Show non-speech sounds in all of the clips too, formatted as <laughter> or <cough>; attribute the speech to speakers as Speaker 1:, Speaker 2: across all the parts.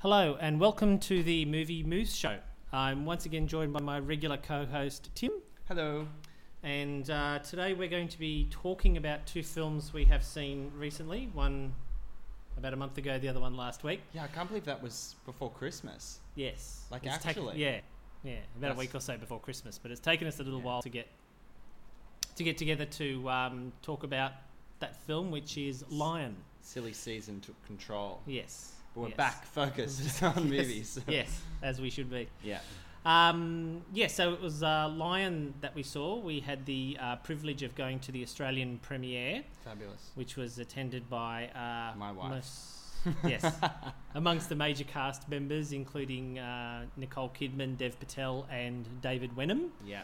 Speaker 1: Hello, and welcome to the Movie Moose Show. I'm once again joined by my regular co host, Tim.
Speaker 2: Hello.
Speaker 1: And uh, today we're going to be talking about two films we have seen recently one about a month ago, the other one last week.
Speaker 2: Yeah, I can't believe that was before Christmas.
Speaker 1: Yes.
Speaker 2: Like
Speaker 1: It's taken-
Speaker 2: actually?
Speaker 1: yeah. Yeah, about
Speaker 2: That's-
Speaker 1: a week or so before Christmas, but it's taken us a little
Speaker 2: Yeah.
Speaker 1: while to get to get together to um, talk about that film, which is Lion.
Speaker 2: Silly season took control.
Speaker 1: Yes,
Speaker 2: But we're
Speaker 1: yes. <laughs>
Speaker 2: back focused on
Speaker 1: Yes,
Speaker 2: movies.
Speaker 1: yes, as we should be.
Speaker 2: yeah.
Speaker 1: Um, yeah, so it was uh, Lion that we saw. We had the uh, privilege of going to the Australian premiere,
Speaker 2: Fabulous.
Speaker 1: which was attended by uh,
Speaker 2: My wife.
Speaker 1: most- yes, <laughs> amongst the major cast members, including uh, Nicole Kidman, Dev Patel, and David Wenham,
Speaker 2: Yeah.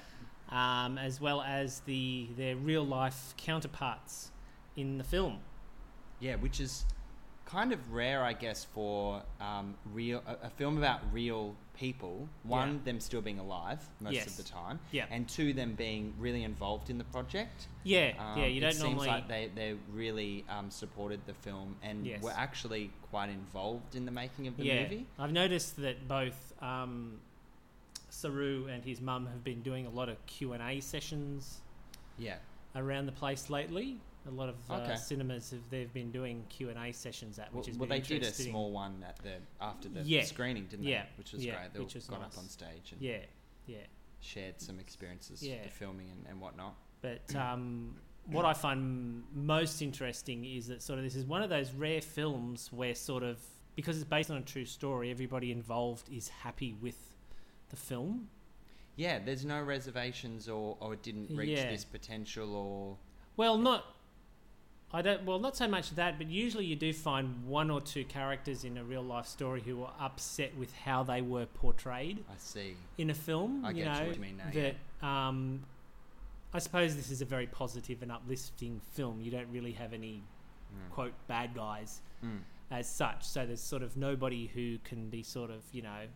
Speaker 1: um, as well as the their real life counterparts in the film.
Speaker 2: Yeah, which is kind of rare, I guess, for um, real a, a film about real people. One, them still being alive most
Speaker 1: Yes.
Speaker 2: of the time.
Speaker 1: Yeah.
Speaker 2: And two, them being really involved in the project.
Speaker 1: Yeah,
Speaker 2: Um,
Speaker 1: yeah, you
Speaker 2: it
Speaker 1: don't
Speaker 2: seems
Speaker 1: normally.
Speaker 2: like they, they really um, supported the film and
Speaker 1: Yes.
Speaker 2: were actually quite involved in the making of the
Speaker 1: yeah,
Speaker 2: movie.
Speaker 1: I've noticed that both um, Saru and his mum have been doing a lot of Q and A sessions
Speaker 2: Yeah.
Speaker 1: around the place lately. A lot of uh,
Speaker 2: Okay.
Speaker 1: cinemas have they've been doing Q and A sessions at, which
Speaker 2: well,
Speaker 1: is
Speaker 2: well,
Speaker 1: been
Speaker 2: they did a
Speaker 1: interesting.
Speaker 2: small one at the after the
Speaker 1: Yeah.
Speaker 2: screening, didn't
Speaker 1: Yeah.
Speaker 2: they? Which was
Speaker 1: Yeah.
Speaker 2: great. They
Speaker 1: Which
Speaker 2: all
Speaker 1: was
Speaker 2: got
Speaker 1: nice.
Speaker 2: up on stage and
Speaker 1: Yeah, yeah.
Speaker 2: shared some experiences
Speaker 1: Yeah.
Speaker 2: of filming and, and whatnot. <clears throat>
Speaker 1: But um, what I find most interesting is that sort of this is one of those rare films where sort of because it's based on a true story, everybody involved is happy with the film.
Speaker 2: Yeah, there's no reservations or, or it didn't reach
Speaker 1: Yeah.
Speaker 2: this potential or
Speaker 1: Well, not. I don't. Well, not so much that, but usually you do find one or two characters in a real life story who are upset with how they were portrayed
Speaker 2: I see.
Speaker 1: in a film.
Speaker 2: I
Speaker 1: you
Speaker 2: get
Speaker 1: know,
Speaker 2: what you mean now.
Speaker 1: that. Um, I suppose this is a very positive and uplifting film. You don't really have any
Speaker 2: yeah.
Speaker 1: quote bad guys
Speaker 2: Mm. Mm.
Speaker 1: as such, so there's sort of nobody who can be sort of you know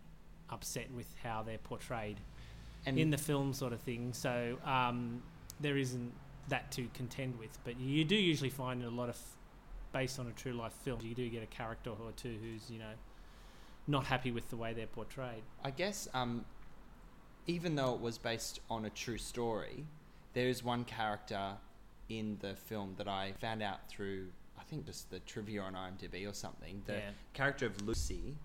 Speaker 1: upset with how they're portrayed
Speaker 2: And
Speaker 1: in the film sort of thing. So um, there isn't that to contend with, but you do usually find in a lot of based on a true life film, you do get a character or two who's you know not happy with the way they're portrayed.
Speaker 2: I guess um, even though it was based on a true story, there is one character in the film that I found out through I think just the trivia on IMDb or something. The
Speaker 1: Yeah.
Speaker 2: character of Lucy,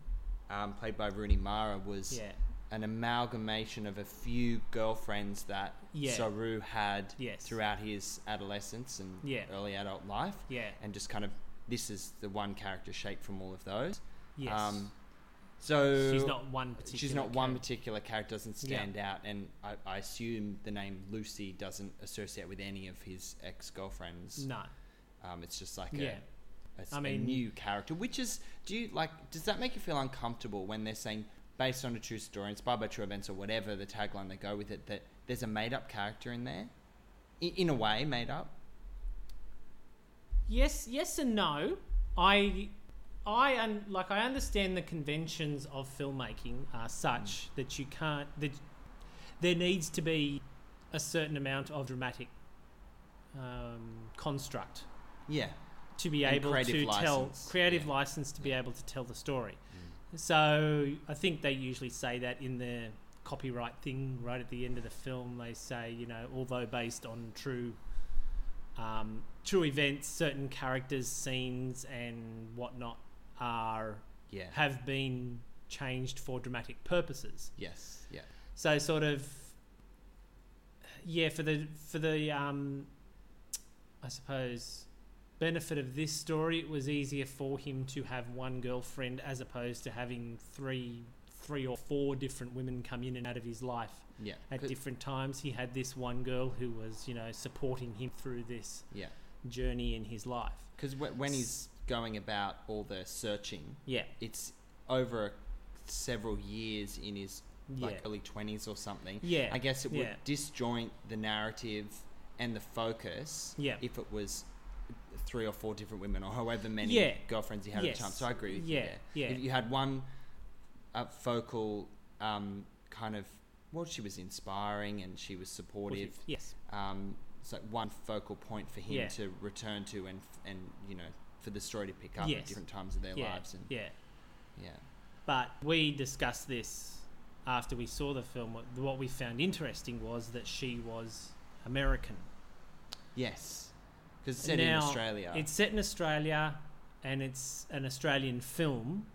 Speaker 2: um, played by Rooney Mara, was
Speaker 1: Yeah.
Speaker 2: an amalgamation of a few girlfriends that
Speaker 1: Yeah.
Speaker 2: Saru had
Speaker 1: Yes.
Speaker 2: throughout his adolescence and
Speaker 1: Yeah.
Speaker 2: early adult life,
Speaker 1: Yeah.
Speaker 2: and just kind of this is the one character shaped from all of those.
Speaker 1: Yes.
Speaker 2: Um, so
Speaker 1: she's not one particular.
Speaker 2: she's not one
Speaker 1: character.
Speaker 2: particular character doesn't
Speaker 1: Yeah.
Speaker 2: stand out and I, I assume the name lucy doesn't associate with any of his ex-girlfriends
Speaker 1: No.
Speaker 2: um, it's just like
Speaker 1: Yeah.
Speaker 2: a, a s-
Speaker 1: I
Speaker 2: a
Speaker 1: mean-
Speaker 2: new character which is do you like does that make you feel uncomfortable when they're saying based on a true story inspired by true events or whatever the tagline they go with it that there's a made-up character in there in, in a way made up
Speaker 1: Yes, yes and no. I, I un, like I understand the conventions of filmmaking are such
Speaker 2: Mm.
Speaker 1: that you can't that there needs to be a certain amount of dramatic um, construct
Speaker 2: yeah
Speaker 1: to be
Speaker 2: And
Speaker 1: able
Speaker 2: creative
Speaker 1: to tell
Speaker 2: license.
Speaker 1: creative
Speaker 2: Yeah.
Speaker 1: license to be able to tell the story. So I think they usually say that in the copyright thing right at the end of the film. They say, you know, although based on true, um, true events, certain characters, scenes, and whatnot are
Speaker 2: yeah
Speaker 1: have been changed for dramatic purposes.
Speaker 2: yes yeah
Speaker 1: So sort of, yeah, for the for the um, I suppose benefit of this story, it was easier for him to have one girlfriend as opposed to having three three or four different women come in and out of his life
Speaker 2: yeah
Speaker 1: at
Speaker 2: 'Cause-
Speaker 1: different times. He had this one girl who was you know supporting him through this
Speaker 2: yeah
Speaker 1: journey in his life.
Speaker 2: because when he's going about all the searching
Speaker 1: Yeah,
Speaker 2: it's over several years in his
Speaker 1: yeah,
Speaker 2: like early 20s or something
Speaker 1: yeah.
Speaker 2: i guess it would
Speaker 1: yeah.
Speaker 2: disjoint the narrative and the focus
Speaker 1: Yeah.
Speaker 2: if it was three or four different women or however many
Speaker 1: Yeah.
Speaker 2: girlfriends you had
Speaker 1: Yes.
Speaker 2: at the time so i agree with
Speaker 1: Yeah,
Speaker 2: you there.
Speaker 1: yeah.
Speaker 2: if you had one uh, focal um, kind of well she was inspiring and she was supportive
Speaker 1: Yes.
Speaker 2: um, it's like one focal point for him
Speaker 1: Yeah.
Speaker 2: to return to and and you know for the story to pick up
Speaker 1: Yes.
Speaker 2: at different times of their
Speaker 1: Yeah.
Speaker 2: lives and
Speaker 1: Yeah.
Speaker 2: yeah
Speaker 1: But we discussed this after we saw the film. What- What we found interesting was that she was American.
Speaker 2: Yes, because it's set in
Speaker 1: Now,
Speaker 2: Australia.
Speaker 1: It's set in Australia and it's an Australian film,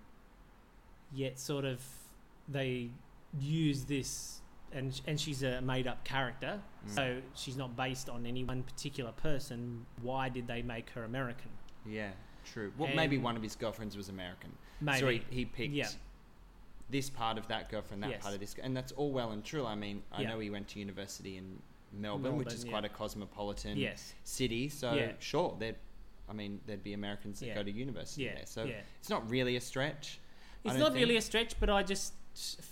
Speaker 1: yet sort of they use this and and she's a made up character.
Speaker 2: Mm.
Speaker 1: So she's not based on any one particular person. Why did they make her American?
Speaker 2: yeah, true. Well, maybe
Speaker 1: And-
Speaker 2: one of his girlfriends was American,
Speaker 1: Maybe.
Speaker 2: so he, he picked
Speaker 1: Yeah.
Speaker 2: this part of that girlfriend, that
Speaker 1: Yes.
Speaker 2: part of this, g- and that's all well and true. I mean, I
Speaker 1: Yeah.
Speaker 2: know he went to university in Melbourne, which
Speaker 1: Melbourne,
Speaker 2: is
Speaker 1: yeah.
Speaker 2: quite a cosmopolitan
Speaker 1: Yes.
Speaker 2: city. So
Speaker 1: Yeah.
Speaker 2: sure, there, I mean, there'd be Americans that
Speaker 1: Yeah.
Speaker 2: go to university
Speaker 1: Yeah.
Speaker 2: there. So
Speaker 1: yeah.
Speaker 2: it's not really a stretch. I
Speaker 1: It's
Speaker 2: don't
Speaker 1: not
Speaker 2: think-
Speaker 1: really a stretch, but I just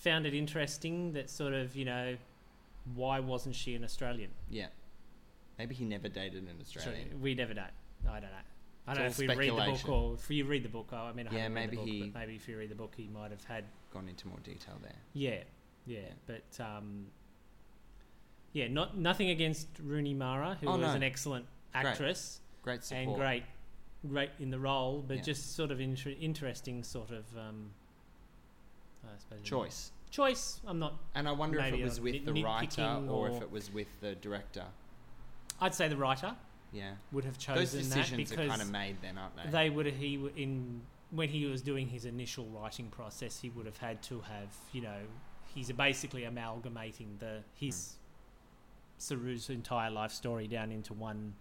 Speaker 1: found it interesting that sort of, you know, why wasn't she an Australian?
Speaker 2: Yeah, maybe he never dated an Australian.
Speaker 1: So we never know. I don't know. I
Speaker 2: It's
Speaker 1: don't know
Speaker 2: all
Speaker 1: if we read the book
Speaker 2: speculation.
Speaker 1: or if you read the book. I I mean, I
Speaker 2: Yeah,
Speaker 1: haven't read the
Speaker 2: maybe
Speaker 1: book,
Speaker 2: he-
Speaker 1: but maybe if you read the book, he might have had.
Speaker 2: Gone into more detail there.
Speaker 1: Yeah, yeah, but um, yeah, not nothing against Rooney Mara, who
Speaker 2: Oh,
Speaker 1: was
Speaker 2: no.
Speaker 1: an excellent actress
Speaker 2: Great support.
Speaker 1: and great, great in the role, but
Speaker 2: Yeah.
Speaker 1: just sort of inter- interesting sort of um, I suppose
Speaker 2: choice.
Speaker 1: Choice. I'm not.
Speaker 2: And I wonder if
Speaker 1: Maybe
Speaker 2: it was
Speaker 1: I'm
Speaker 2: with
Speaker 1: nit-
Speaker 2: the writer
Speaker 1: nitpicking
Speaker 2: or,
Speaker 1: or-
Speaker 2: if it was with the director.
Speaker 1: I'd say the writer
Speaker 2: Yeah.
Speaker 1: would have chosen
Speaker 2: Those decisions
Speaker 1: that
Speaker 2: are
Speaker 1: because
Speaker 2: kind of made then, aren't they?
Speaker 1: they would have he w- in when he was doing his initial writing process he would have had to have you know he's basically amalgamating the
Speaker 2: Hmm.
Speaker 1: his Saru's entire life story down into one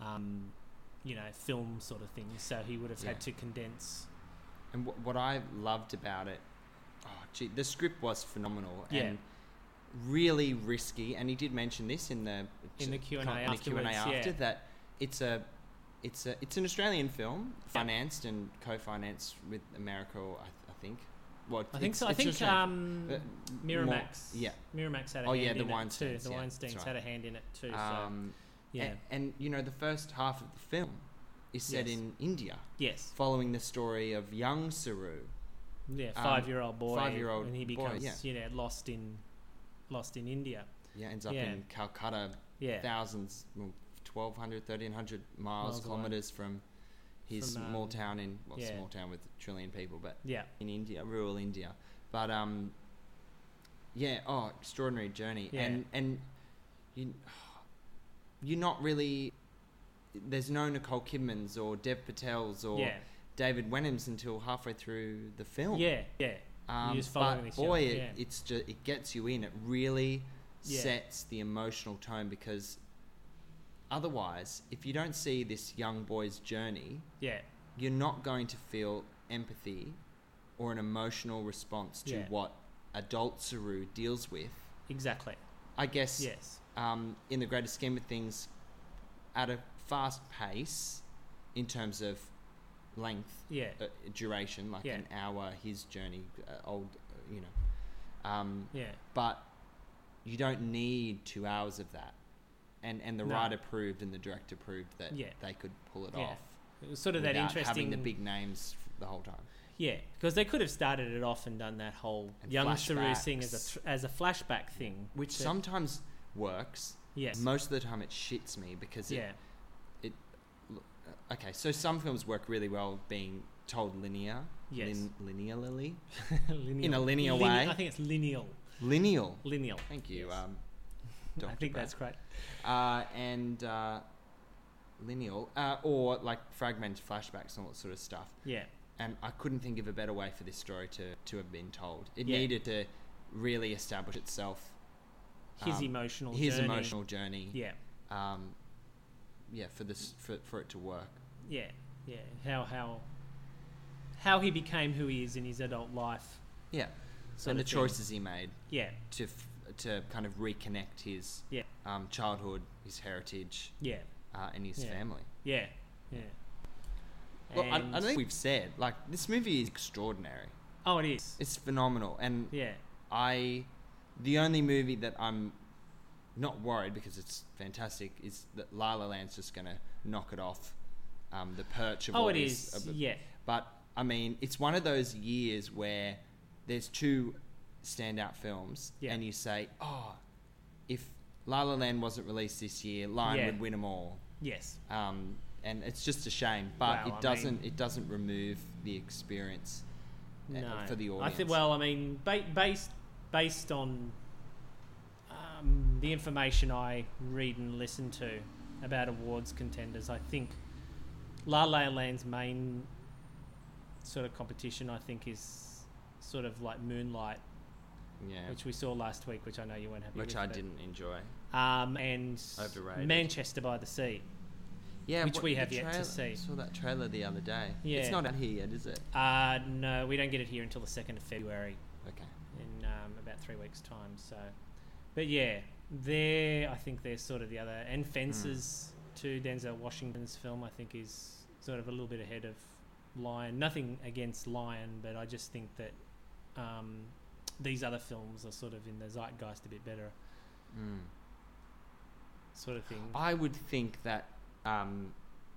Speaker 1: um, you know film sort of thing so he would have
Speaker 2: Yeah.
Speaker 1: had to condense
Speaker 2: And wh- what I loved about it, oh, gee, the script was phenomenal
Speaker 1: Yeah.
Speaker 2: and really risky. And he did mention this in the
Speaker 1: In the Q&A
Speaker 2: in the Q&A
Speaker 1: afterwards,
Speaker 2: after
Speaker 1: yeah.
Speaker 2: that it's a it's a it's an Australian film financed and co-financed with America, or I, th- I think. Well,
Speaker 1: I think
Speaker 2: it's-
Speaker 1: so I
Speaker 2: it's
Speaker 1: think
Speaker 2: Australian.
Speaker 1: um,
Speaker 2: Uh, more-
Speaker 1: Miramax
Speaker 2: yeah.
Speaker 1: Miramax had a
Speaker 2: Oh,
Speaker 1: hand
Speaker 2: yeah, the
Speaker 1: in it too
Speaker 2: Weinsteins,
Speaker 1: the
Speaker 2: yeah,
Speaker 1: Weinsteins
Speaker 2: that's right.
Speaker 1: had a hand in it too so
Speaker 2: um,
Speaker 1: yeah
Speaker 2: And, and you know, the first half of the film is set
Speaker 1: Yes.
Speaker 2: in India,
Speaker 1: yes
Speaker 2: following the story of young Saru.
Speaker 1: yeah
Speaker 2: um,
Speaker 1: five year old boy
Speaker 2: five-year-old
Speaker 1: and he
Speaker 2: boy,
Speaker 1: becomes
Speaker 2: yeah.
Speaker 1: you know lost in lost in India
Speaker 2: Yeah, ends up
Speaker 1: Yeah.
Speaker 2: in Calcutta,
Speaker 1: yeah
Speaker 2: thousands, well, 1,200, 1,300 miles,
Speaker 1: Miles away.
Speaker 2: kilometers from his
Speaker 1: From,
Speaker 2: small
Speaker 1: um,
Speaker 2: town in, well,
Speaker 1: yeah.
Speaker 2: small town with a trillion people, but
Speaker 1: yeah
Speaker 2: in India, rural India. But um, yeah, oh, extraordinary journey,
Speaker 1: Yeah.
Speaker 2: and and you, you're not really. There's no Nicole Kidman's or Dev Patel's or
Speaker 1: yeah
Speaker 2: David Wenham's until halfway through the film.
Speaker 1: Yeah, yeah,
Speaker 2: Um,
Speaker 1: just following
Speaker 2: but
Speaker 1: this
Speaker 2: boy,
Speaker 1: young-
Speaker 2: it,
Speaker 1: yeah.
Speaker 2: it's just it gets you in. It really
Speaker 1: Yeah.
Speaker 2: sets the emotional tone because otherwise, if you don't see this young boy's journey,
Speaker 1: yeah,
Speaker 2: you're not going to feel empathy or an emotional response to
Speaker 1: Yeah.
Speaker 2: what adult Saru deals with.
Speaker 1: exactly.
Speaker 2: I guess
Speaker 1: Yes,
Speaker 2: um, in the greater scheme of things, at a fast pace in terms of length,
Speaker 1: yeah,
Speaker 2: uh, duration, like
Speaker 1: Yeah.
Speaker 2: an hour, his journey, uh, old, uh, you know. Um,
Speaker 1: yeah,
Speaker 2: but you don't need two hours of that. And, and the
Speaker 1: No.
Speaker 2: writer proved and the director proved that
Speaker 1: Yeah.
Speaker 2: they could pull it
Speaker 1: Yeah.
Speaker 2: off
Speaker 1: it was sort of that
Speaker 2: without
Speaker 1: interesting.
Speaker 2: having the big names f- the whole time.
Speaker 1: yeah, because they could have started it off and done that whole
Speaker 2: And
Speaker 1: young Saru thing as
Speaker 2: flashbacks.
Speaker 1: a th- as a flashback thing,
Speaker 2: Which
Speaker 1: that-
Speaker 2: sometimes works.
Speaker 1: yes,
Speaker 2: Most of the time it shits me because it, uh,
Speaker 1: yeah,
Speaker 2: okay, so some films work really well being told linear,
Speaker 1: yes,
Speaker 2: lin- linearly,
Speaker 1: <laughs> Lineal.
Speaker 2: in a linear
Speaker 1: Line-
Speaker 2: way.
Speaker 1: I think it's lineal,
Speaker 2: lineal.
Speaker 1: lineal.
Speaker 2: Thank you,
Speaker 1: Yes.
Speaker 2: um, Dr.
Speaker 1: <laughs> I think
Speaker 2: Brad.
Speaker 1: that's correct.
Speaker 2: uh, and uh, lineal, uh, or like fragmented flashbacks and all that sort of stuff.
Speaker 1: Yeah,
Speaker 2: And I couldn't think of a better way for this story to, to have been told. It
Speaker 1: Yeah.
Speaker 2: needed to really establish itself,
Speaker 1: his
Speaker 2: Um,
Speaker 1: emotional,
Speaker 2: his
Speaker 1: journey.
Speaker 2: emotional journey.
Speaker 1: yeah,
Speaker 2: Um, yeah, for this for, for it to work.
Speaker 1: yeah, yeah. How how how he became who he is in his adult life.
Speaker 2: Yeah,
Speaker 1: sort
Speaker 2: and the
Speaker 1: of thing.
Speaker 2: choices he made
Speaker 1: Yeah,
Speaker 2: to f- to kind of reconnect his
Speaker 1: Yeah.
Speaker 2: um, childhood, his heritage,
Speaker 1: yeah,
Speaker 2: uh, and his
Speaker 1: Yeah.
Speaker 2: family.
Speaker 1: yeah, yeah.
Speaker 2: Well, I, I
Speaker 1: And-
Speaker 2: don't think we've said like this movie is extraordinary.
Speaker 1: Oh, it is.
Speaker 2: It's phenomenal, and
Speaker 1: Yeah,
Speaker 2: I the only movie that I'm not worried because it's fantastic is that La La Land's just gonna knock it off um, the perch of
Speaker 1: Oh,
Speaker 2: all
Speaker 1: it
Speaker 2: these-
Speaker 1: is.
Speaker 2: of-
Speaker 1: yeah,
Speaker 2: But I mean, it's one of those years where there's two standout films,
Speaker 1: Yeah.
Speaker 2: and you say, "Oh, if La La Land wasn't released this year, Lion
Speaker 1: Yeah.
Speaker 2: would win them all."
Speaker 1: yes.
Speaker 2: Um, and it's just a shame, but
Speaker 1: Wow, I
Speaker 2: it doesn't
Speaker 1: mean-
Speaker 2: it doesn't remove the experience uh,
Speaker 1: No.
Speaker 2: for the audience?
Speaker 1: I think. Well, I mean, ba- based based on um, the information I read and listen to about awards contenders, I think La La Land's main sort of competition, I think, is sort of like Moonlight,
Speaker 2: yeah,
Speaker 1: which we saw last week, which I know you weren't happy
Speaker 2: which
Speaker 1: with,
Speaker 2: I
Speaker 1: but-
Speaker 2: didn't enjoy.
Speaker 1: Um, and
Speaker 2: Overrated.
Speaker 1: Manchester by the Sea.
Speaker 2: Yeah,
Speaker 1: Which
Speaker 2: what-
Speaker 1: we
Speaker 2: the
Speaker 1: have yet to
Speaker 2: trailer-
Speaker 1: see.
Speaker 2: Saw that trailer the other day.
Speaker 1: Yeah.
Speaker 2: it's not out here yet, is it?
Speaker 1: Uh, no, we don't get it here until the second of February.
Speaker 2: Okay.
Speaker 1: in um, about three weeks' time. So, but yeah, they're I think they're sort of the other and Fences too. Denzel Washington's film I think is sort of a little bit ahead of Lion. Nothing against Lion, but I just think that um, these other films are sort of in the zeitgeist a bit better,
Speaker 2: Mm.
Speaker 1: sort of thing.
Speaker 2: I would think that um,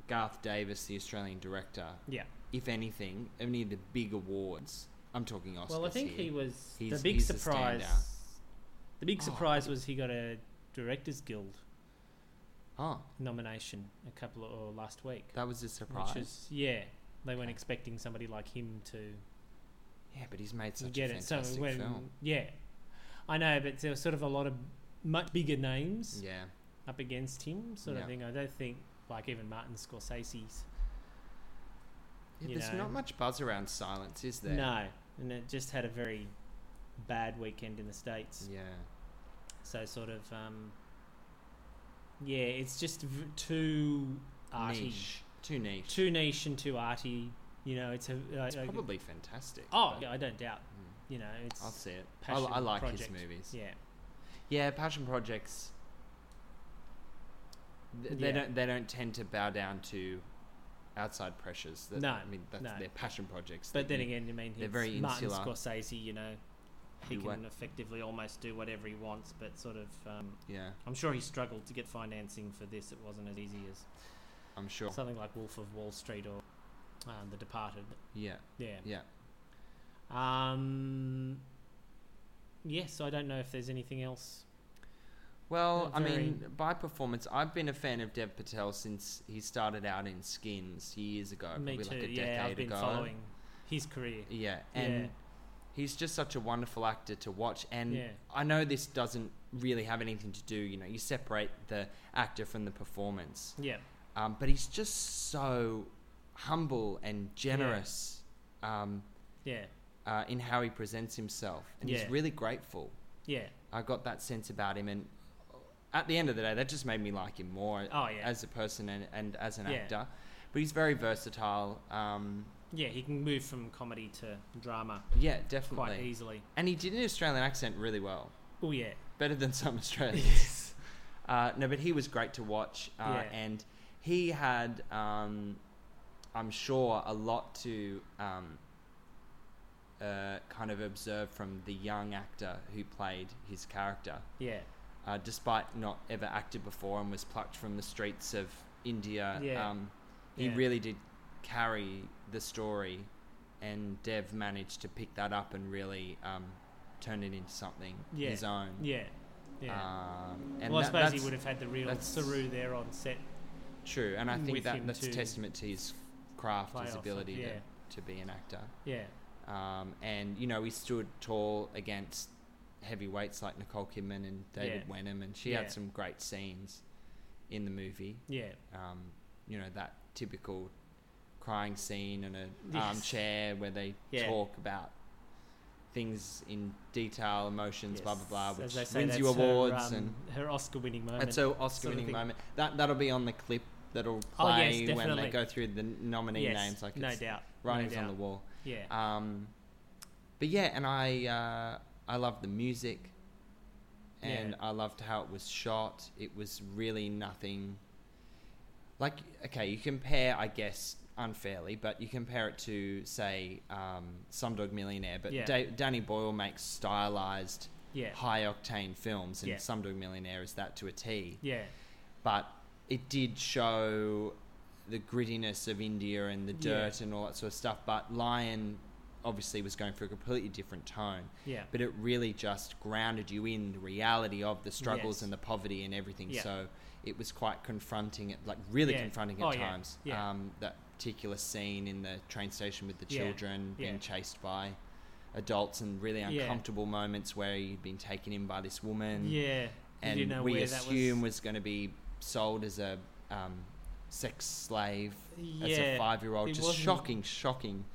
Speaker 2: Garth Davis, the Australian director,
Speaker 1: Yeah.
Speaker 2: if anything, any of the big awards. I'm talking Oscars.
Speaker 1: Well, I think
Speaker 2: here.
Speaker 1: he was
Speaker 2: He's-
Speaker 1: the big
Speaker 2: he's a
Speaker 1: surprise. the big
Speaker 2: Oh,
Speaker 1: surprise
Speaker 2: he-
Speaker 1: was he got a Directors Guild
Speaker 2: Oh,
Speaker 1: nomination a couple of, or last week.
Speaker 2: that was a surprise.
Speaker 1: Which is, yeah, they weren't
Speaker 2: Okay.
Speaker 1: expecting somebody like him to
Speaker 2: yeah, but he's made such
Speaker 1: get
Speaker 2: a
Speaker 1: it. So
Speaker 2: fantastic
Speaker 1: when,
Speaker 2: film.
Speaker 1: yeah, I know, but there was sort of a lot of much bigger names
Speaker 2: Yeah.
Speaker 1: up against him, sort
Speaker 2: Yeah.
Speaker 1: of thing. I don't think like even Martin Scorsese's.
Speaker 2: Yeah,
Speaker 1: you
Speaker 2: there's
Speaker 1: know.
Speaker 2: not much buzz around silence, is there?
Speaker 1: No, and it just had a very bad weekend in the states.
Speaker 2: Yeah.
Speaker 1: So sort of, um, yeah, it's just v- too arty,
Speaker 2: Niche. Too niche.
Speaker 1: too niche and too arty. You know, it's a
Speaker 2: it's
Speaker 1: like-
Speaker 2: probably fantastic.
Speaker 1: oh,
Speaker 2: but-
Speaker 1: yeah, I don't doubt.
Speaker 2: Mm.
Speaker 1: You know, it's
Speaker 2: I'll see it. I,
Speaker 1: passion
Speaker 2: I like his
Speaker 1: project.
Speaker 2: movies.
Speaker 1: yeah.
Speaker 2: Yeah, passion projects. th- They
Speaker 1: Yeah.
Speaker 2: don't. They don't tend to bow down to outside pressures. That,
Speaker 1: No,
Speaker 2: I mean that's
Speaker 1: no.
Speaker 2: their passion projects.
Speaker 1: But
Speaker 2: that
Speaker 1: then
Speaker 2: you-
Speaker 1: again, I mean,
Speaker 2: they're
Speaker 1: he's
Speaker 2: very
Speaker 1: Martin
Speaker 2: insular.
Speaker 1: Scorsese, you know, he
Speaker 2: You
Speaker 1: can
Speaker 2: won't-
Speaker 1: effectively almost do whatever he wants, but sort of, um,
Speaker 2: yeah,
Speaker 1: I'm sure he struggled to get financing for this. It wasn't as easy as
Speaker 2: I'm sure.
Speaker 1: something like Wolf of Wall Street or um, The Departed.
Speaker 2: Yeah,
Speaker 1: Yeah.
Speaker 2: yeah.
Speaker 1: Um, yes, I don't know if there's anything else.
Speaker 2: Well,
Speaker 1: They're
Speaker 2: I mean, by performance, I've been a fan of Dev Patel since he started out in Skins years ago,
Speaker 1: Me
Speaker 2: Uh, probably
Speaker 1: too.
Speaker 2: like a decade
Speaker 1: yeah, I've been
Speaker 2: ago.
Speaker 1: following his career.
Speaker 2: Yeah, and
Speaker 1: Yeah.
Speaker 2: he's just such a wonderful actor to watch. And
Speaker 1: Yeah.
Speaker 2: I know this doesn't really have anything to do, you know, you separate the actor from the performance,
Speaker 1: Yeah.
Speaker 2: um, but he's just so humble and generous um,
Speaker 1: Yeah.
Speaker 2: uh, in how he presents himself, and
Speaker 1: Yeah.
Speaker 2: he's really grateful.
Speaker 1: Yeah.
Speaker 2: I got that sense about him, and at the end of the day, that just made me like him more
Speaker 1: Oh, yeah.
Speaker 2: as a person and, and as an
Speaker 1: Yeah.
Speaker 2: actor. But he's very versatile. Um,
Speaker 1: yeah, he can move from comedy to drama
Speaker 2: yeah,
Speaker 1: quite
Speaker 2: definitely.
Speaker 1: easily.
Speaker 2: And he did an Australian accent really well,
Speaker 1: Oh,
Speaker 2: <laughs>
Speaker 1: yeah.
Speaker 2: better than some
Speaker 1: <laughs>
Speaker 2: Australians.
Speaker 1: Yes.
Speaker 2: Uh, no, but he was great to watch, uh,
Speaker 1: Yeah.
Speaker 2: and he had, um, I'm sure, a lot to um, uh, kind of observe from the young actor who played his character,
Speaker 1: Yeah.
Speaker 2: uh, despite not ever acted before and was plucked from the streets of India.
Speaker 1: Yeah.
Speaker 2: Um, he
Speaker 1: Yeah.
Speaker 2: really did carry the story, and Dev managed to pick that up and really um, turn it into something
Speaker 1: Yeah.
Speaker 2: his own.
Speaker 1: Yeah. Yeah.
Speaker 2: Um, and
Speaker 1: well, I
Speaker 2: that-
Speaker 1: suppose
Speaker 2: that's-
Speaker 1: he would have had the real
Speaker 2: that's-
Speaker 1: Saru there on set.
Speaker 2: True, and I think
Speaker 1: with
Speaker 2: that
Speaker 1: him
Speaker 2: that's a
Speaker 1: to
Speaker 2: testament to his craft,
Speaker 1: play
Speaker 2: his
Speaker 1: off of,
Speaker 2: ability
Speaker 1: yeah.
Speaker 2: to, to be an actor.
Speaker 1: Yeah,
Speaker 2: Um, and you know, he stood tall against heavyweights like Nicole Kidman and David
Speaker 1: Yeah.
Speaker 2: Wenham, and she
Speaker 1: Yeah.
Speaker 2: had some great scenes in the movie.
Speaker 1: yeah,
Speaker 2: Um, you know, that typical crying scene in a
Speaker 1: Yes.
Speaker 2: armchair where they
Speaker 1: Yeah.
Speaker 2: talk about things in detail, emotions, blah
Speaker 1: Yes.
Speaker 2: blah blah,
Speaker 1: As
Speaker 2: which
Speaker 1: they say,
Speaker 2: wins you
Speaker 1: that's her,
Speaker 2: awards
Speaker 1: um,
Speaker 2: and
Speaker 1: her Oscar-winning moment.
Speaker 2: that's an Oscar
Speaker 1: sort of
Speaker 2: winning
Speaker 1: thing.
Speaker 2: moment. That that'll be on the clip that'll
Speaker 1: Oh, yes,
Speaker 2: play when they
Speaker 1: definitely.
Speaker 2: go through the nominee
Speaker 1: yes,
Speaker 2: names, like
Speaker 1: no
Speaker 2: it's
Speaker 1: doubt,
Speaker 2: writings
Speaker 1: no doubt.
Speaker 2: on the wall.
Speaker 1: Yeah,
Speaker 2: Um, but yeah, and I uh, I love the music, and I loved how it was shot. It was really nothing. Like okay, you compare, I guess, unfairly, but you compare it to say um, Slumdog Millionaire, but
Speaker 1: Yeah.
Speaker 2: da- Danny Boyle makes stylized,
Speaker 1: yeah,
Speaker 2: high octane films, and
Speaker 1: Yeah.
Speaker 2: Slumdog Millionaire is that to a T
Speaker 1: yeah,
Speaker 2: but it did show the grittiness of India and the
Speaker 1: Yeah.
Speaker 2: dirt and all that sort of stuff. But Lion obviously was going for a completely different tone,
Speaker 1: yeah,
Speaker 2: but it really just grounded you in the reality of the struggles
Speaker 1: Yes.
Speaker 2: and the poverty and everything.
Speaker 1: Yeah.
Speaker 2: So it was quite confronting, at- like really
Speaker 1: Yeah.
Speaker 2: confronting at
Speaker 1: Oh, yeah.
Speaker 2: times.
Speaker 1: Yeah.
Speaker 2: Um, that particular scene in the train station with the
Speaker 1: Yeah,
Speaker 2: children
Speaker 1: yeah.
Speaker 2: being chased by adults and really
Speaker 1: Yeah.
Speaker 2: uncomfortable moments where he'd been taken in by this woman
Speaker 1: yeah. You
Speaker 2: and
Speaker 1: didn't know
Speaker 2: we
Speaker 1: where
Speaker 2: assume
Speaker 1: that
Speaker 2: was going to be sold as a um, sex slave
Speaker 1: was.
Speaker 2: as a five-year-old
Speaker 1: it
Speaker 2: just
Speaker 1: wasn't-
Speaker 2: shocking shocking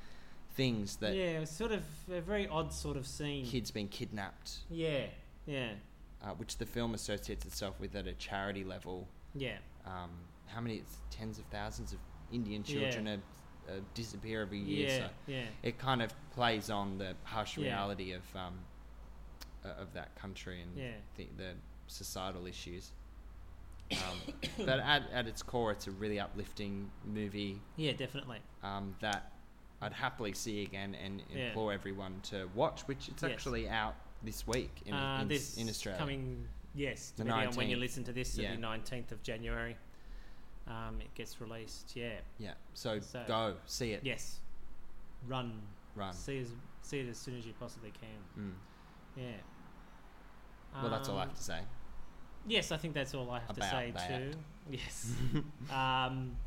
Speaker 2: things that
Speaker 1: yeah, it was sort of a very odd sort of scene.
Speaker 2: kids being kidnapped
Speaker 1: Yeah, yeah,
Speaker 2: uh, which the film associates itself with at a charity level
Speaker 1: yeah,
Speaker 2: um, how many it's tens of thousands of indian
Speaker 1: Yeah.
Speaker 2: children are, uh, disappear every year
Speaker 1: yeah,
Speaker 2: so
Speaker 1: yeah.
Speaker 2: it kind of plays on the harsh
Speaker 1: Yeah.
Speaker 2: reality of um, uh, of that country and
Speaker 1: Yeah.
Speaker 2: the, the societal issues. Um, <coughs> but at, at its core, it's a really uplifting movie
Speaker 1: Yeah, definitely.
Speaker 2: um, that I'd happily see again and
Speaker 1: Yeah.
Speaker 2: implore everyone to watch, which it's
Speaker 1: Yes.
Speaker 2: actually out this week in,
Speaker 1: uh,
Speaker 2: in,
Speaker 1: this
Speaker 2: in Australia.
Speaker 1: coming yes,
Speaker 2: The
Speaker 1: depending on when you
Speaker 2: 19th.
Speaker 1: listen to this,
Speaker 2: Yeah.
Speaker 1: the nineteenth of January, um, it gets released. Yeah,
Speaker 2: yeah, so,
Speaker 1: So-
Speaker 2: go, see it,
Speaker 1: yes, run,
Speaker 2: run.
Speaker 1: see as see it as soon as you possibly can.
Speaker 2: Mm.
Speaker 1: Yeah.
Speaker 2: Well, that's all I
Speaker 1: Um,
Speaker 2: have to say.
Speaker 1: Yes, I think that's all I have to
Speaker 2: About
Speaker 1: say
Speaker 2: that.
Speaker 1: too.
Speaker 2: <laughs>
Speaker 1: Yes. um,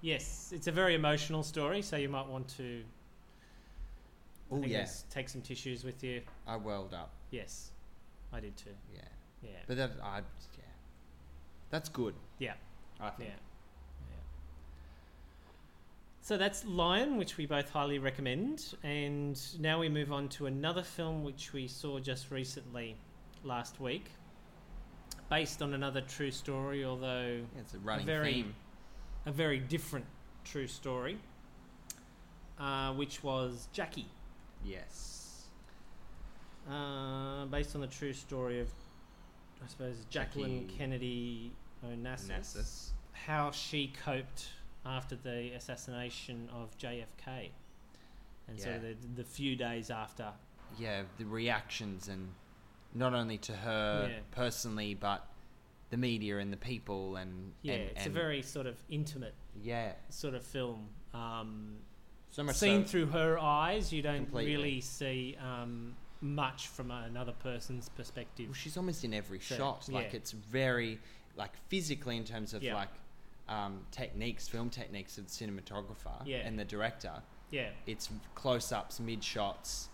Speaker 1: yes, it's a very emotional story, so you might want to I
Speaker 2: Oh,
Speaker 1: think
Speaker 2: yeah,
Speaker 1: it's- take some tissues with you.
Speaker 2: I welled up,
Speaker 1: Yes, I did too.
Speaker 2: yeah.
Speaker 1: Yeah.
Speaker 2: But that, I, yeah. That's good.
Speaker 1: Yeah.
Speaker 2: I
Speaker 1: yeah.
Speaker 2: think.
Speaker 1: yeah. So that's Lion, which we both highly recommend. And now we move on to another film which we saw just recently last week, based on another true story, although
Speaker 2: Yeah, it's a running
Speaker 1: very-
Speaker 2: theme.
Speaker 1: a very different true story, uh, which was Jackie,
Speaker 2: Yes.
Speaker 1: uh, based on the true story of, I suppose, Jacqueline
Speaker 2: Jackie
Speaker 1: Kennedy Onassis, how she coped after the assassination of JFK, and so
Speaker 2: Yeah.
Speaker 1: the, the few days after,
Speaker 2: Yeah, the reactions and not only to her
Speaker 1: Yeah.
Speaker 2: personally, but the media and the people and
Speaker 1: yeah,
Speaker 2: and,
Speaker 1: it's
Speaker 2: and-
Speaker 1: a very sort of intimate
Speaker 2: yeah
Speaker 1: sort of film. Um,
Speaker 2: so much
Speaker 1: seen
Speaker 2: so,
Speaker 1: through her eyes, you don't
Speaker 2: Completely.
Speaker 1: really see um, much from another person's perspective.
Speaker 2: well, she's almost in every
Speaker 1: So,
Speaker 2: shot. Like
Speaker 1: yeah.
Speaker 2: it's very like physically in terms of
Speaker 1: Yeah.
Speaker 2: like um, techniques, film techniques of the cinematographer
Speaker 1: Yeah.
Speaker 2: and the director.
Speaker 1: Yeah,
Speaker 2: It's close ups, mid shots,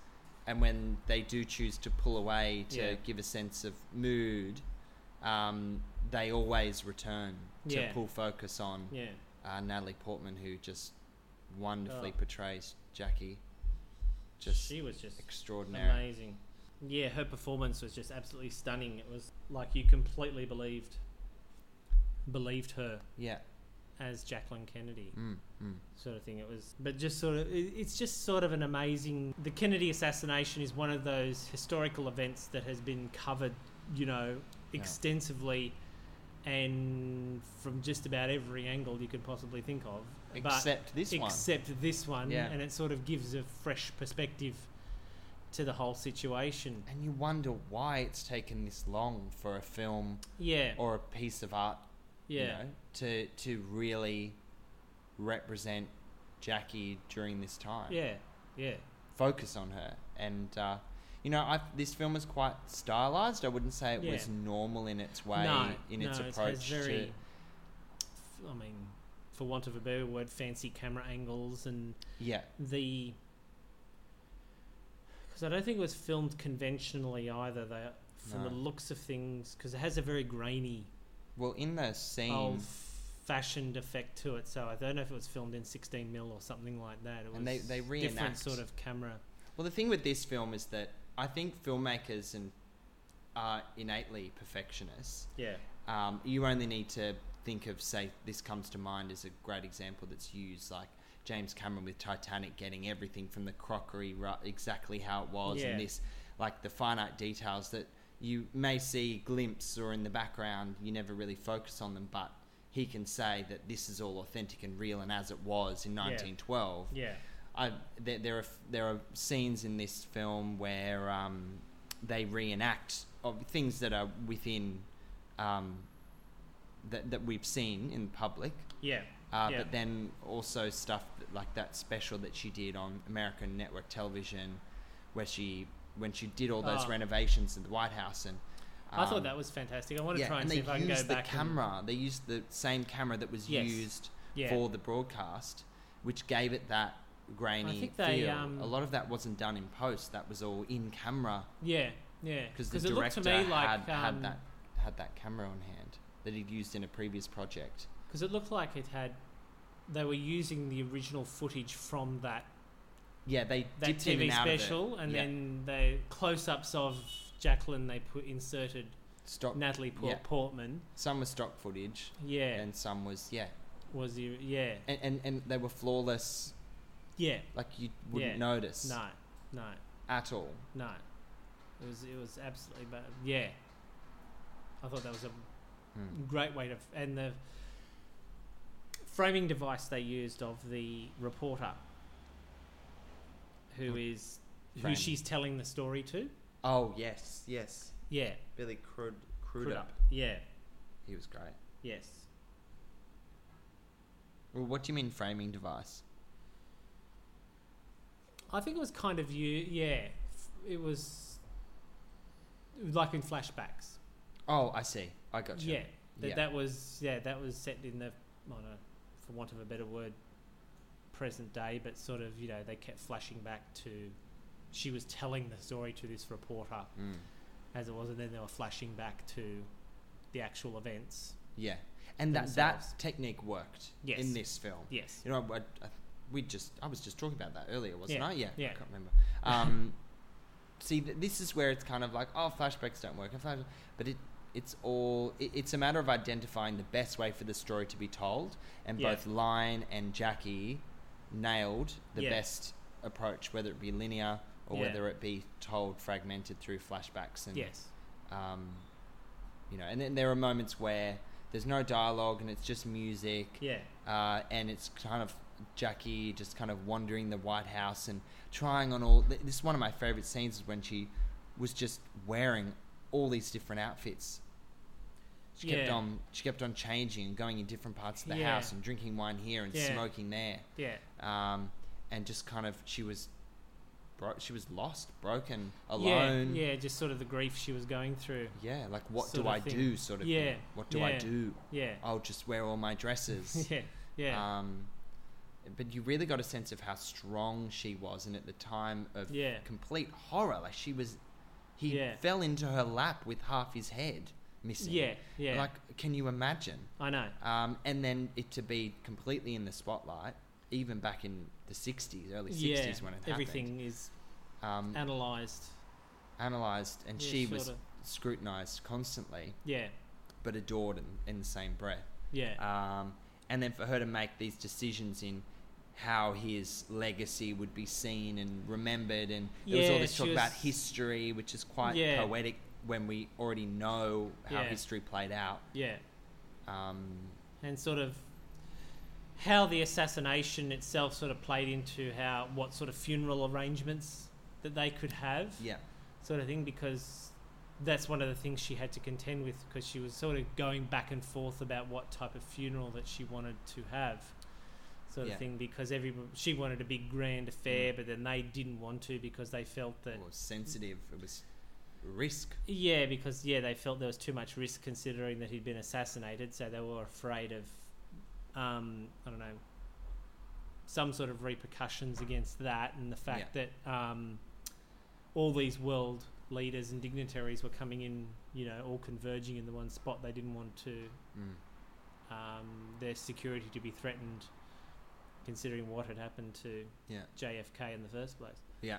Speaker 2: and when they do choose to pull away to
Speaker 1: Yeah.
Speaker 2: give a sense of mood, um, they always return to
Speaker 1: Yeah.
Speaker 2: pull focus on
Speaker 1: yeah.
Speaker 2: uh, Natalie Portman, who just wonderfully
Speaker 1: Oh.
Speaker 2: portrays Jackie. Just
Speaker 1: she was just
Speaker 2: extraordinary.
Speaker 1: amazing. Yeah, her performance was just absolutely stunning. It was like you completely believed believed her
Speaker 2: Yeah.
Speaker 1: as Jacqueline Kennedy
Speaker 2: Mm, mm.
Speaker 1: sort of thing. It was, but just sort of, it, it's just sort of an amazing. The Kennedy assassination is one of those historical events that has been covered, you know,
Speaker 2: Yeah.
Speaker 1: extensively. And from just about every angle you could possibly think of, but
Speaker 2: Except this one.
Speaker 1: except this one,
Speaker 2: Yeah.
Speaker 1: and it sort of gives a fresh perspective to the whole situation.
Speaker 2: And you wonder why it's taken this long for a film
Speaker 1: Yeah,
Speaker 2: or a piece of art,
Speaker 1: yeah,
Speaker 2: you know, to to really represent Jackie during this time.
Speaker 1: yeah, yeah,
Speaker 2: Focus on her, and uh, you know, I, this film was quite stylized. I wouldn't say it
Speaker 1: Yeah.
Speaker 2: was normal in its way,
Speaker 1: no,
Speaker 2: in
Speaker 1: no,
Speaker 2: its
Speaker 1: it has
Speaker 2: approach
Speaker 1: very,
Speaker 2: to
Speaker 1: f- I mean, for want of a better word, fancy camera angles and
Speaker 2: yeah,
Speaker 1: the. Because I don't think it was filmed conventionally either. They, from the
Speaker 2: No.
Speaker 1: looks of things, because it has a very grainy,
Speaker 2: Well, in the scene,
Speaker 1: old-fashioned effect to it. So I don't know if it was filmed in 16 mil or something like that. It was
Speaker 2: And they- they
Speaker 1: different
Speaker 2: reenact-
Speaker 1: sort of camera.
Speaker 2: well, the thing with this film is that I think filmmakers and are innately perfectionists.
Speaker 1: Yeah,
Speaker 2: Um, you only need to think of, say, this comes to mind as a great example that's used, like James Cameron with Titanic, getting everything from the crockery right, exactly how it was,
Speaker 1: Yeah.
Speaker 2: and this, like the finite details that you may see glimpse or in the background, you never really focus on them, but he can say that this is all authentic and real and as it was in
Speaker 1: Yeah.
Speaker 2: 1912.
Speaker 1: yeah,
Speaker 2: I there, there are there are scenes in this film where um, they reenact of things that are within um, that that we've seen in public,
Speaker 1: yeah,
Speaker 2: uh,
Speaker 1: Yeah.
Speaker 2: but then also stuff that, like that special that she did on American network television, where she when she did all those
Speaker 1: Oh.
Speaker 2: renovations in the White House and.
Speaker 1: I thought
Speaker 2: um,
Speaker 1: that was fantastic. I want to
Speaker 2: yeah,
Speaker 1: try and,
Speaker 2: and
Speaker 1: see
Speaker 2: they
Speaker 1: if I can
Speaker 2: used
Speaker 1: go
Speaker 2: the
Speaker 1: back. and-
Speaker 2: camera. They used the same camera that was
Speaker 1: Yes.
Speaker 2: used
Speaker 1: yeah,
Speaker 2: for the broadcast. which gave it that grainy
Speaker 1: think they,
Speaker 2: feel.
Speaker 1: um,
Speaker 2: a lot of that wasn't done in post. That was all in camera
Speaker 1: Yeah, yeah.
Speaker 2: because the
Speaker 1: it looked
Speaker 2: director
Speaker 1: to me like
Speaker 2: had, had
Speaker 1: um,
Speaker 2: that had that camera on hand that he'd used in a previous project.
Speaker 1: Because it looked like it had. They were using the original footage from that
Speaker 2: Yeah, they
Speaker 1: that
Speaker 2: dipped in
Speaker 1: TV
Speaker 2: and out of
Speaker 1: special, and
Speaker 2: Yeah.
Speaker 1: then the close-ups of Jacqueline they put inserted
Speaker 2: it. Stock.
Speaker 1: Natalie Port-
Speaker 2: Oh, yeah.
Speaker 1: Portman.
Speaker 2: Some was stock footage,
Speaker 1: Yeah,
Speaker 2: and some was yeah,
Speaker 1: was the yeah
Speaker 2: and and, and they were flawless.
Speaker 1: yeah
Speaker 2: Like you wouldn't
Speaker 1: Yeah.
Speaker 2: notice
Speaker 1: no no
Speaker 2: at all.
Speaker 1: no. It was it was absolutely but yeah. I thought that was a
Speaker 2: Hmm.
Speaker 1: great way to f- and the framing device they used of the reporter who is who
Speaker 2: Framed.
Speaker 1: she's telling the story to.
Speaker 2: Oh yes, yes.
Speaker 1: Yeah,
Speaker 2: Billy Crud
Speaker 1: put
Speaker 2: Crudup.
Speaker 1: up. Yeah,
Speaker 2: He was great.
Speaker 1: yes.
Speaker 2: Well, what do you mean framing device?
Speaker 1: I think it was kind of you. Yeah, F- it was like in flashbacks.
Speaker 2: Oh, I see. I got you.
Speaker 1: Yeah, that
Speaker 2: Yeah.
Speaker 1: that was yeah that was set in the I don't know, for want of a better word, present day, but sort of you know they kept flashing back to she was telling the story to this reporter
Speaker 2: Mm.
Speaker 1: as it was, and then they were flashing back to the actual events.
Speaker 2: Yeah, and that
Speaker 1: Themselves.
Speaker 2: that technique worked
Speaker 1: Yes.
Speaker 2: in this film.
Speaker 1: Yes.
Speaker 2: You know, I, I- we just I was just talking about that earlier, wasn't
Speaker 1: Yeah,
Speaker 2: I? Yeah,
Speaker 1: yeah.
Speaker 2: I can't remember. Um, <laughs> see, th- this is where it's kind of like, oh, flashbacks don't work, and flash- but it it's all it, it's a matter of identifying the best way for the story to be told, and
Speaker 1: Yeah.
Speaker 2: both Lion and Jackie nailed the
Speaker 1: Yeah.
Speaker 2: best approach, whether it be linear or
Speaker 1: Yeah.
Speaker 2: whether it be told fragmented through flashbacks and
Speaker 1: Yes.
Speaker 2: um, you know, and then there are moments where there's no dialogue and it's just music,
Speaker 1: Yeah.
Speaker 2: uh, and it's kind of Jackie just kind of wandering the White House and trying on all. th- This is one of my favorite scenes is when she was just wearing all these different outfits. She kept
Speaker 1: Yeah.
Speaker 2: on, she kept on changing and going in different parts of the
Speaker 1: Yeah.
Speaker 2: house and drinking wine here and
Speaker 1: Yeah.
Speaker 2: smoking there,
Speaker 1: Yeah.
Speaker 2: um, and just kind of she was, bro- she was lost, broken, alone.
Speaker 1: Yeah, yeah, just sort of the grief she was going through.
Speaker 2: Yeah, like what
Speaker 1: sort
Speaker 2: do
Speaker 1: of
Speaker 2: I
Speaker 1: thing.
Speaker 2: do, sort of
Speaker 1: Yeah,
Speaker 2: thing. What do I
Speaker 1: yeah.
Speaker 2: do?
Speaker 1: Yeah.
Speaker 2: I'll just wear all my dresses.
Speaker 1: yeah. <laughs> Yeah.
Speaker 2: Um, but you really got a sense of how strong she was, and at the time of
Speaker 1: yeah.
Speaker 2: complete horror, like she was, he
Speaker 1: Yeah.
Speaker 2: fell into her lap with half his head missing.
Speaker 1: Yeah. Yeah.
Speaker 2: Like, can you imagine?
Speaker 1: I know.
Speaker 2: Um, and then it to be completely in the spotlight, even back in the '60s, early '60s
Speaker 1: yeah.
Speaker 2: when it happened.
Speaker 1: Everything is
Speaker 2: um,
Speaker 1: analyzed.
Speaker 2: analyzed, and
Speaker 1: Yeah,
Speaker 2: she
Speaker 1: sort
Speaker 2: was
Speaker 1: of.
Speaker 2: scrutinized constantly,
Speaker 1: Yeah.
Speaker 2: but adored in, in the same breath.
Speaker 1: Yeah.
Speaker 2: um, and then for her to make these decisions in how his legacy would be seen and remembered and there was all
Speaker 1: Yeah,
Speaker 2: this
Speaker 1: she
Speaker 2: talk about
Speaker 1: was-
Speaker 2: history which is quite
Speaker 1: Yeah.
Speaker 2: poetic when we already know how
Speaker 1: Yeah.
Speaker 2: history played out
Speaker 1: yeah.
Speaker 2: um,
Speaker 1: and sort of how the assassination itself sort of played into how what sort of funeral arrangements that they could have
Speaker 2: yeah
Speaker 1: sort of thing because that's one of the things she had to contend with because she was sort of going back and forth about what type of funeral that she wanted to have sort
Speaker 2: Yeah. Mm.
Speaker 1: of thing because every she wanted a big grand affair but then they didn't want to because they felt that
Speaker 2: it was sensitive it was risk
Speaker 1: yeah, because yeah, they felt there was too much risk considering that he'd been assassinated, so they were afraid of, um, I don't know, some sort of repercussions against that, and the fact that um, all these world leaders and dignitaries were coming in, you know, all converging in the one spot. They didn't want to
Speaker 2: mm.
Speaker 1: um, their security to be threatened, considering what had happened to
Speaker 2: Yeah.
Speaker 1: JFK in the first place.
Speaker 2: Yeah.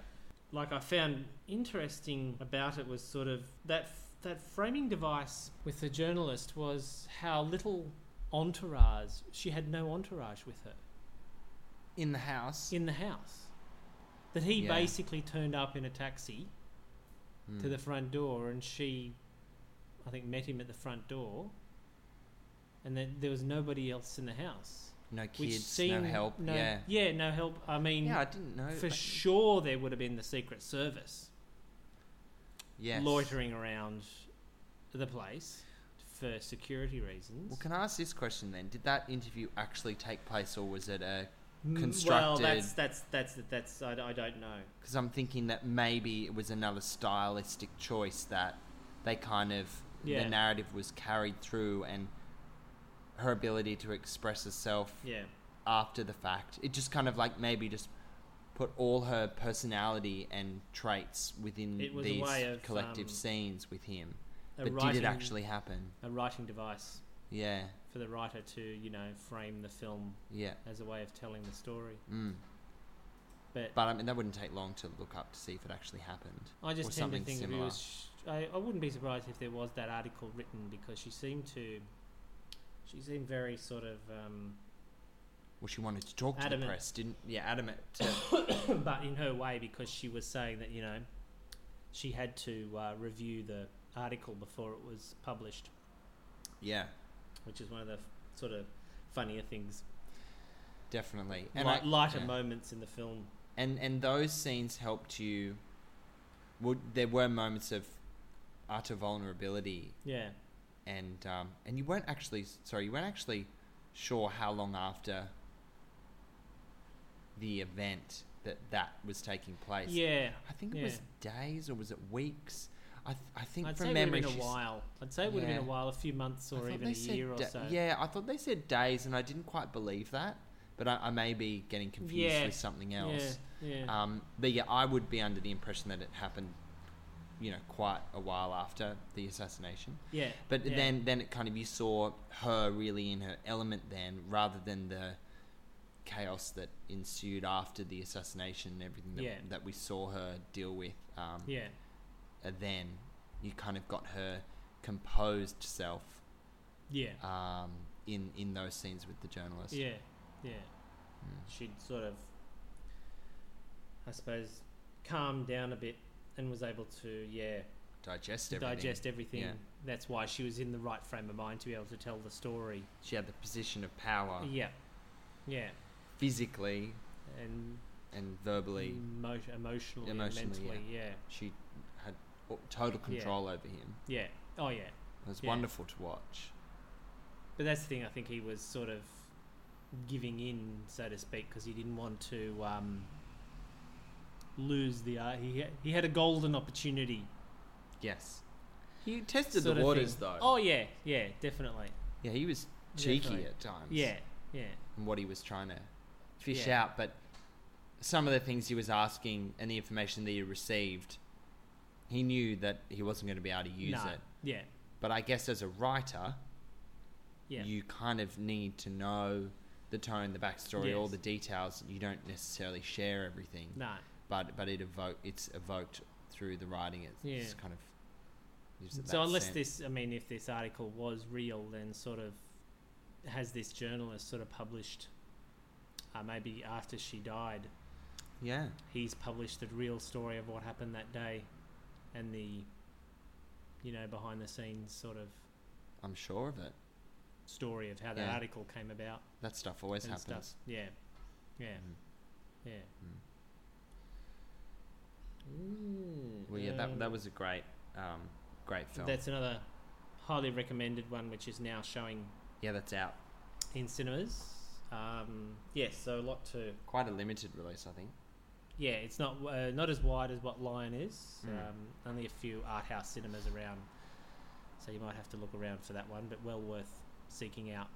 Speaker 1: Like I found interesting about it was sort of that f- that framing device with the journalist was how little entourage she had no entourage with her
Speaker 2: in the house
Speaker 1: in the house. That he
Speaker 2: Yeah.
Speaker 1: basically turned up in a taxi
Speaker 2: Mm.
Speaker 1: to the front door, and she, I think, met him at the front door, and then there was nobody else in the house.
Speaker 2: no
Speaker 1: which
Speaker 2: kids no
Speaker 1: seemed-
Speaker 2: help yeah
Speaker 1: no help. I mean,
Speaker 2: yeah I didn't know
Speaker 1: for
Speaker 2: but-
Speaker 1: sure there would have been the Secret Service
Speaker 2: yes.
Speaker 1: loitering around the place for security reasons.
Speaker 2: well can I ask this question then did that interview actually take place or was it a
Speaker 1: Mm, Well,
Speaker 2: constructed-
Speaker 1: that's that's that's that's I, I don't know.
Speaker 2: because I'm thinking that maybe it was another stylistic choice that they kind of
Speaker 1: Yeah.
Speaker 2: the narrative was carried through and her ability to express herself
Speaker 1: Yeah,
Speaker 2: after the fact. It just kind of like maybe just put all her personality and traits within
Speaker 1: It was a
Speaker 2: these
Speaker 1: way of,
Speaker 2: collective
Speaker 1: um,
Speaker 2: scenes with him.
Speaker 1: A
Speaker 2: But
Speaker 1: writing,
Speaker 2: did it actually happen?
Speaker 1: a writing device
Speaker 2: Yeah,
Speaker 1: for the writer to you know frame the film
Speaker 2: yeah.
Speaker 1: as a way of telling the story.
Speaker 2: Mm.
Speaker 1: But
Speaker 2: But I mean, that wouldn't take long to look up to see if it actually happened.
Speaker 1: I
Speaker 2: or
Speaker 1: just tend to
Speaker 2: something
Speaker 1: think it
Speaker 2: similar.
Speaker 1: was. Sh- I, I wouldn't be surprised if there was that article written because she seemed to. She seemed very sort of, um,
Speaker 2: Well, she wanted to talk to the
Speaker 1: Adamant.
Speaker 2: press, didn't? Yeah, adamant. <coughs> To,
Speaker 1: <coughs> but in her way because she was saying that you know, she had to uh, review the article before it was published,
Speaker 2: yeah,
Speaker 1: which is one of the f- sort of funnier things,
Speaker 2: definitely.
Speaker 1: and
Speaker 2: I-
Speaker 1: lighter
Speaker 2: yeah.
Speaker 1: moments in the film.
Speaker 2: and and those scenes helped you. Well, there were moments of utter vulnerability,
Speaker 1: Yeah,
Speaker 2: and um, and you weren't actually sorry, you weren't actually sure how long after the event that that was taking place.
Speaker 1: yeah.
Speaker 2: I think it
Speaker 1: Yeah.
Speaker 2: was days or was it weeks? I th- I think
Speaker 1: I'd
Speaker 2: from
Speaker 1: say it would
Speaker 2: memory
Speaker 1: have been
Speaker 2: she
Speaker 1: a
Speaker 2: s-
Speaker 1: while. I'd say it would have been
Speaker 2: Yeah.
Speaker 1: a while, a few months
Speaker 2: I
Speaker 1: or
Speaker 2: thought
Speaker 1: even
Speaker 2: they
Speaker 1: a
Speaker 2: said
Speaker 1: year or
Speaker 2: da-
Speaker 1: so.
Speaker 2: Yeah, I thought they said days, and I didn't quite believe that, but I, I may be getting confused
Speaker 1: Yeah,
Speaker 2: with something else.
Speaker 1: Yeah, yeah.
Speaker 2: Um, but yeah, I would be under the impression that it happened, you know, quite a while after the assassination.
Speaker 1: yeah.
Speaker 2: But
Speaker 1: yeah.
Speaker 2: then, then it kind of you saw her really in her element then, rather than the chaos that ensued after the assassination and everything that,
Speaker 1: Yeah.
Speaker 2: that we saw her deal with. Um,
Speaker 1: Yeah.
Speaker 2: uh, Then you kind of got her composed self
Speaker 1: Yeah.
Speaker 2: um, in in those scenes with the journalist.
Speaker 1: Yeah. Yeah.
Speaker 2: Mm.
Speaker 1: She'd sort of I suppose calmed down a bit and was able to, yeah,
Speaker 2: Digest everything.
Speaker 1: digest everything.
Speaker 2: Yeah.
Speaker 1: That's why she was in the right frame of mind to be able to tell the story.
Speaker 2: She had the position of power
Speaker 1: Yeah. Yeah.
Speaker 2: physically
Speaker 1: And
Speaker 2: and
Speaker 1: Mm.
Speaker 2: verbally.
Speaker 1: mo- emotionally, and
Speaker 2: Emotionally,
Speaker 1: mentally, yeah.
Speaker 2: She had o- total control over him.
Speaker 1: yeah. Oh yeah.
Speaker 2: It was
Speaker 1: Yeah.
Speaker 2: wonderful to watch.
Speaker 1: But that's the thing. I think he was sort of giving in, so to speak, because he didn't want to um, lose the. Uh, he ha- he had a golden opportunity.
Speaker 2: Yes. He tested
Speaker 1: sort
Speaker 2: the
Speaker 1: of
Speaker 2: waters
Speaker 1: thing.
Speaker 2: though.
Speaker 1: Oh yeah, yeah, definitely.
Speaker 2: Yeah, he was cheeky
Speaker 1: Definitely.
Speaker 2: at times.
Speaker 1: Yeah, yeah,
Speaker 2: And what he was trying to fish
Speaker 1: Yeah.
Speaker 2: out, but some of the things he was asking and the information that he received, he knew that he wasn't going to be able to use
Speaker 1: No,
Speaker 2: it.
Speaker 1: yeah,
Speaker 2: But I guess as a writer,
Speaker 1: yeah,
Speaker 2: you kind of need to know the tone, the backstory, all
Speaker 1: Yes.
Speaker 2: the details. You don't necessarily share everything,
Speaker 1: no,
Speaker 2: but but it evoke it's evoked through the writing. It's, it's
Speaker 1: Yeah.
Speaker 2: kind of gives it
Speaker 1: So
Speaker 2: that
Speaker 1: unless
Speaker 2: sense.
Speaker 1: this, I mean, if this article was real, then sort of has this journalist sort of published, uh, maybe after she died,
Speaker 2: yeah
Speaker 1: he's published the real story of what happened that day, and the, you know, behind the scenes sort of
Speaker 2: I'm sure of it.
Speaker 1: story of how that
Speaker 2: Yeah.
Speaker 1: article came about
Speaker 2: That stuff always
Speaker 1: and
Speaker 2: happens.
Speaker 1: stuff. Yeah, yeah,
Speaker 2: Mm.
Speaker 1: yeah.
Speaker 2: Hmm. Well, yeah, that
Speaker 1: Um,
Speaker 2: that was a great um, great film.
Speaker 1: That's another highly recommended one, which is now showing
Speaker 2: yeah, that's out.
Speaker 1: in cinemas. Um, yes, so a lot to.
Speaker 2: Quite a limited release, I think.
Speaker 1: Yeah, it's not uh, not as wide as what Lion is.
Speaker 2: Mm.
Speaker 1: Um, only a few art house cinemas around, so you might have to look around for that one. But well worth seeking out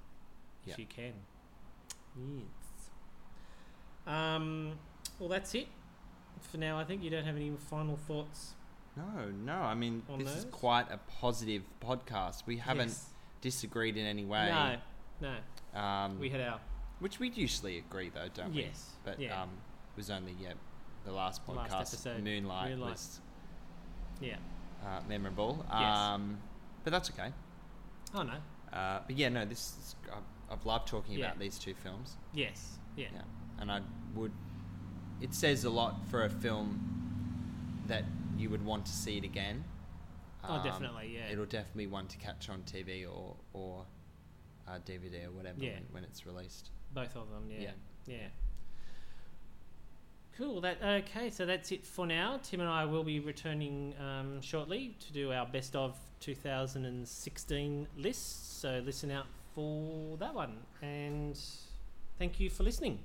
Speaker 2: Yeah.
Speaker 1: if you can. Yes. Um, well, that's it for now. I think you don't have any final thoughts.
Speaker 2: No, no. I mean,
Speaker 1: On
Speaker 2: this is
Speaker 1: those?
Speaker 2: quite a positive podcast. We haven't
Speaker 1: Yes.
Speaker 2: disagreed in any way.
Speaker 1: No, no.
Speaker 2: Um,
Speaker 1: We had our
Speaker 2: Which we usually agree, though, don't we?
Speaker 1: yes,
Speaker 2: But
Speaker 1: yeah,
Speaker 2: um, it was only yeah, the last
Speaker 1: The
Speaker 2: podcast,
Speaker 1: last episode,
Speaker 2: Moonlight,
Speaker 1: Moonlight.
Speaker 2: was
Speaker 1: yeah.
Speaker 2: uh, memorable.
Speaker 1: Yes.
Speaker 2: Um, but that's okay.
Speaker 1: Oh no.
Speaker 2: Uh, but yeah, no, this is, I've, I've loved talking
Speaker 1: Yeah.
Speaker 2: about these two films,
Speaker 1: Yes. Yeah.
Speaker 2: Yeah. and I would. It says a lot for a film that you would want to see it again. Um,
Speaker 1: oh, definitely. Yeah.
Speaker 2: It'll definitely be one to catch on TV or or uh, DVD or whatever
Speaker 1: Yeah.
Speaker 2: when, when it's released.
Speaker 1: Both of them, yeah.
Speaker 2: Yeah.
Speaker 1: Yeah. Cool. That okay. So that's it for now. Tim and I will be returning um, shortly to do our best of 2016 lists. So listen out for that one. And thank you for listening.